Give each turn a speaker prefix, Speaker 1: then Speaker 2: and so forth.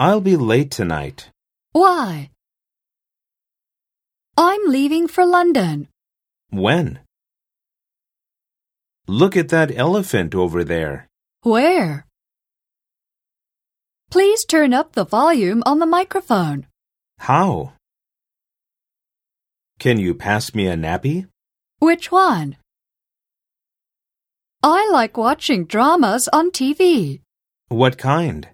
Speaker 1: I'll be late tonight.
Speaker 2: Why? I'm leaving for London.
Speaker 1: When? Look at that elephant over there.
Speaker 2: Where? Please turn up the volume on the microphone.
Speaker 1: How? Can you pass me a nappy?
Speaker 2: Which one? I like watching dramas on TV.
Speaker 1: What kind?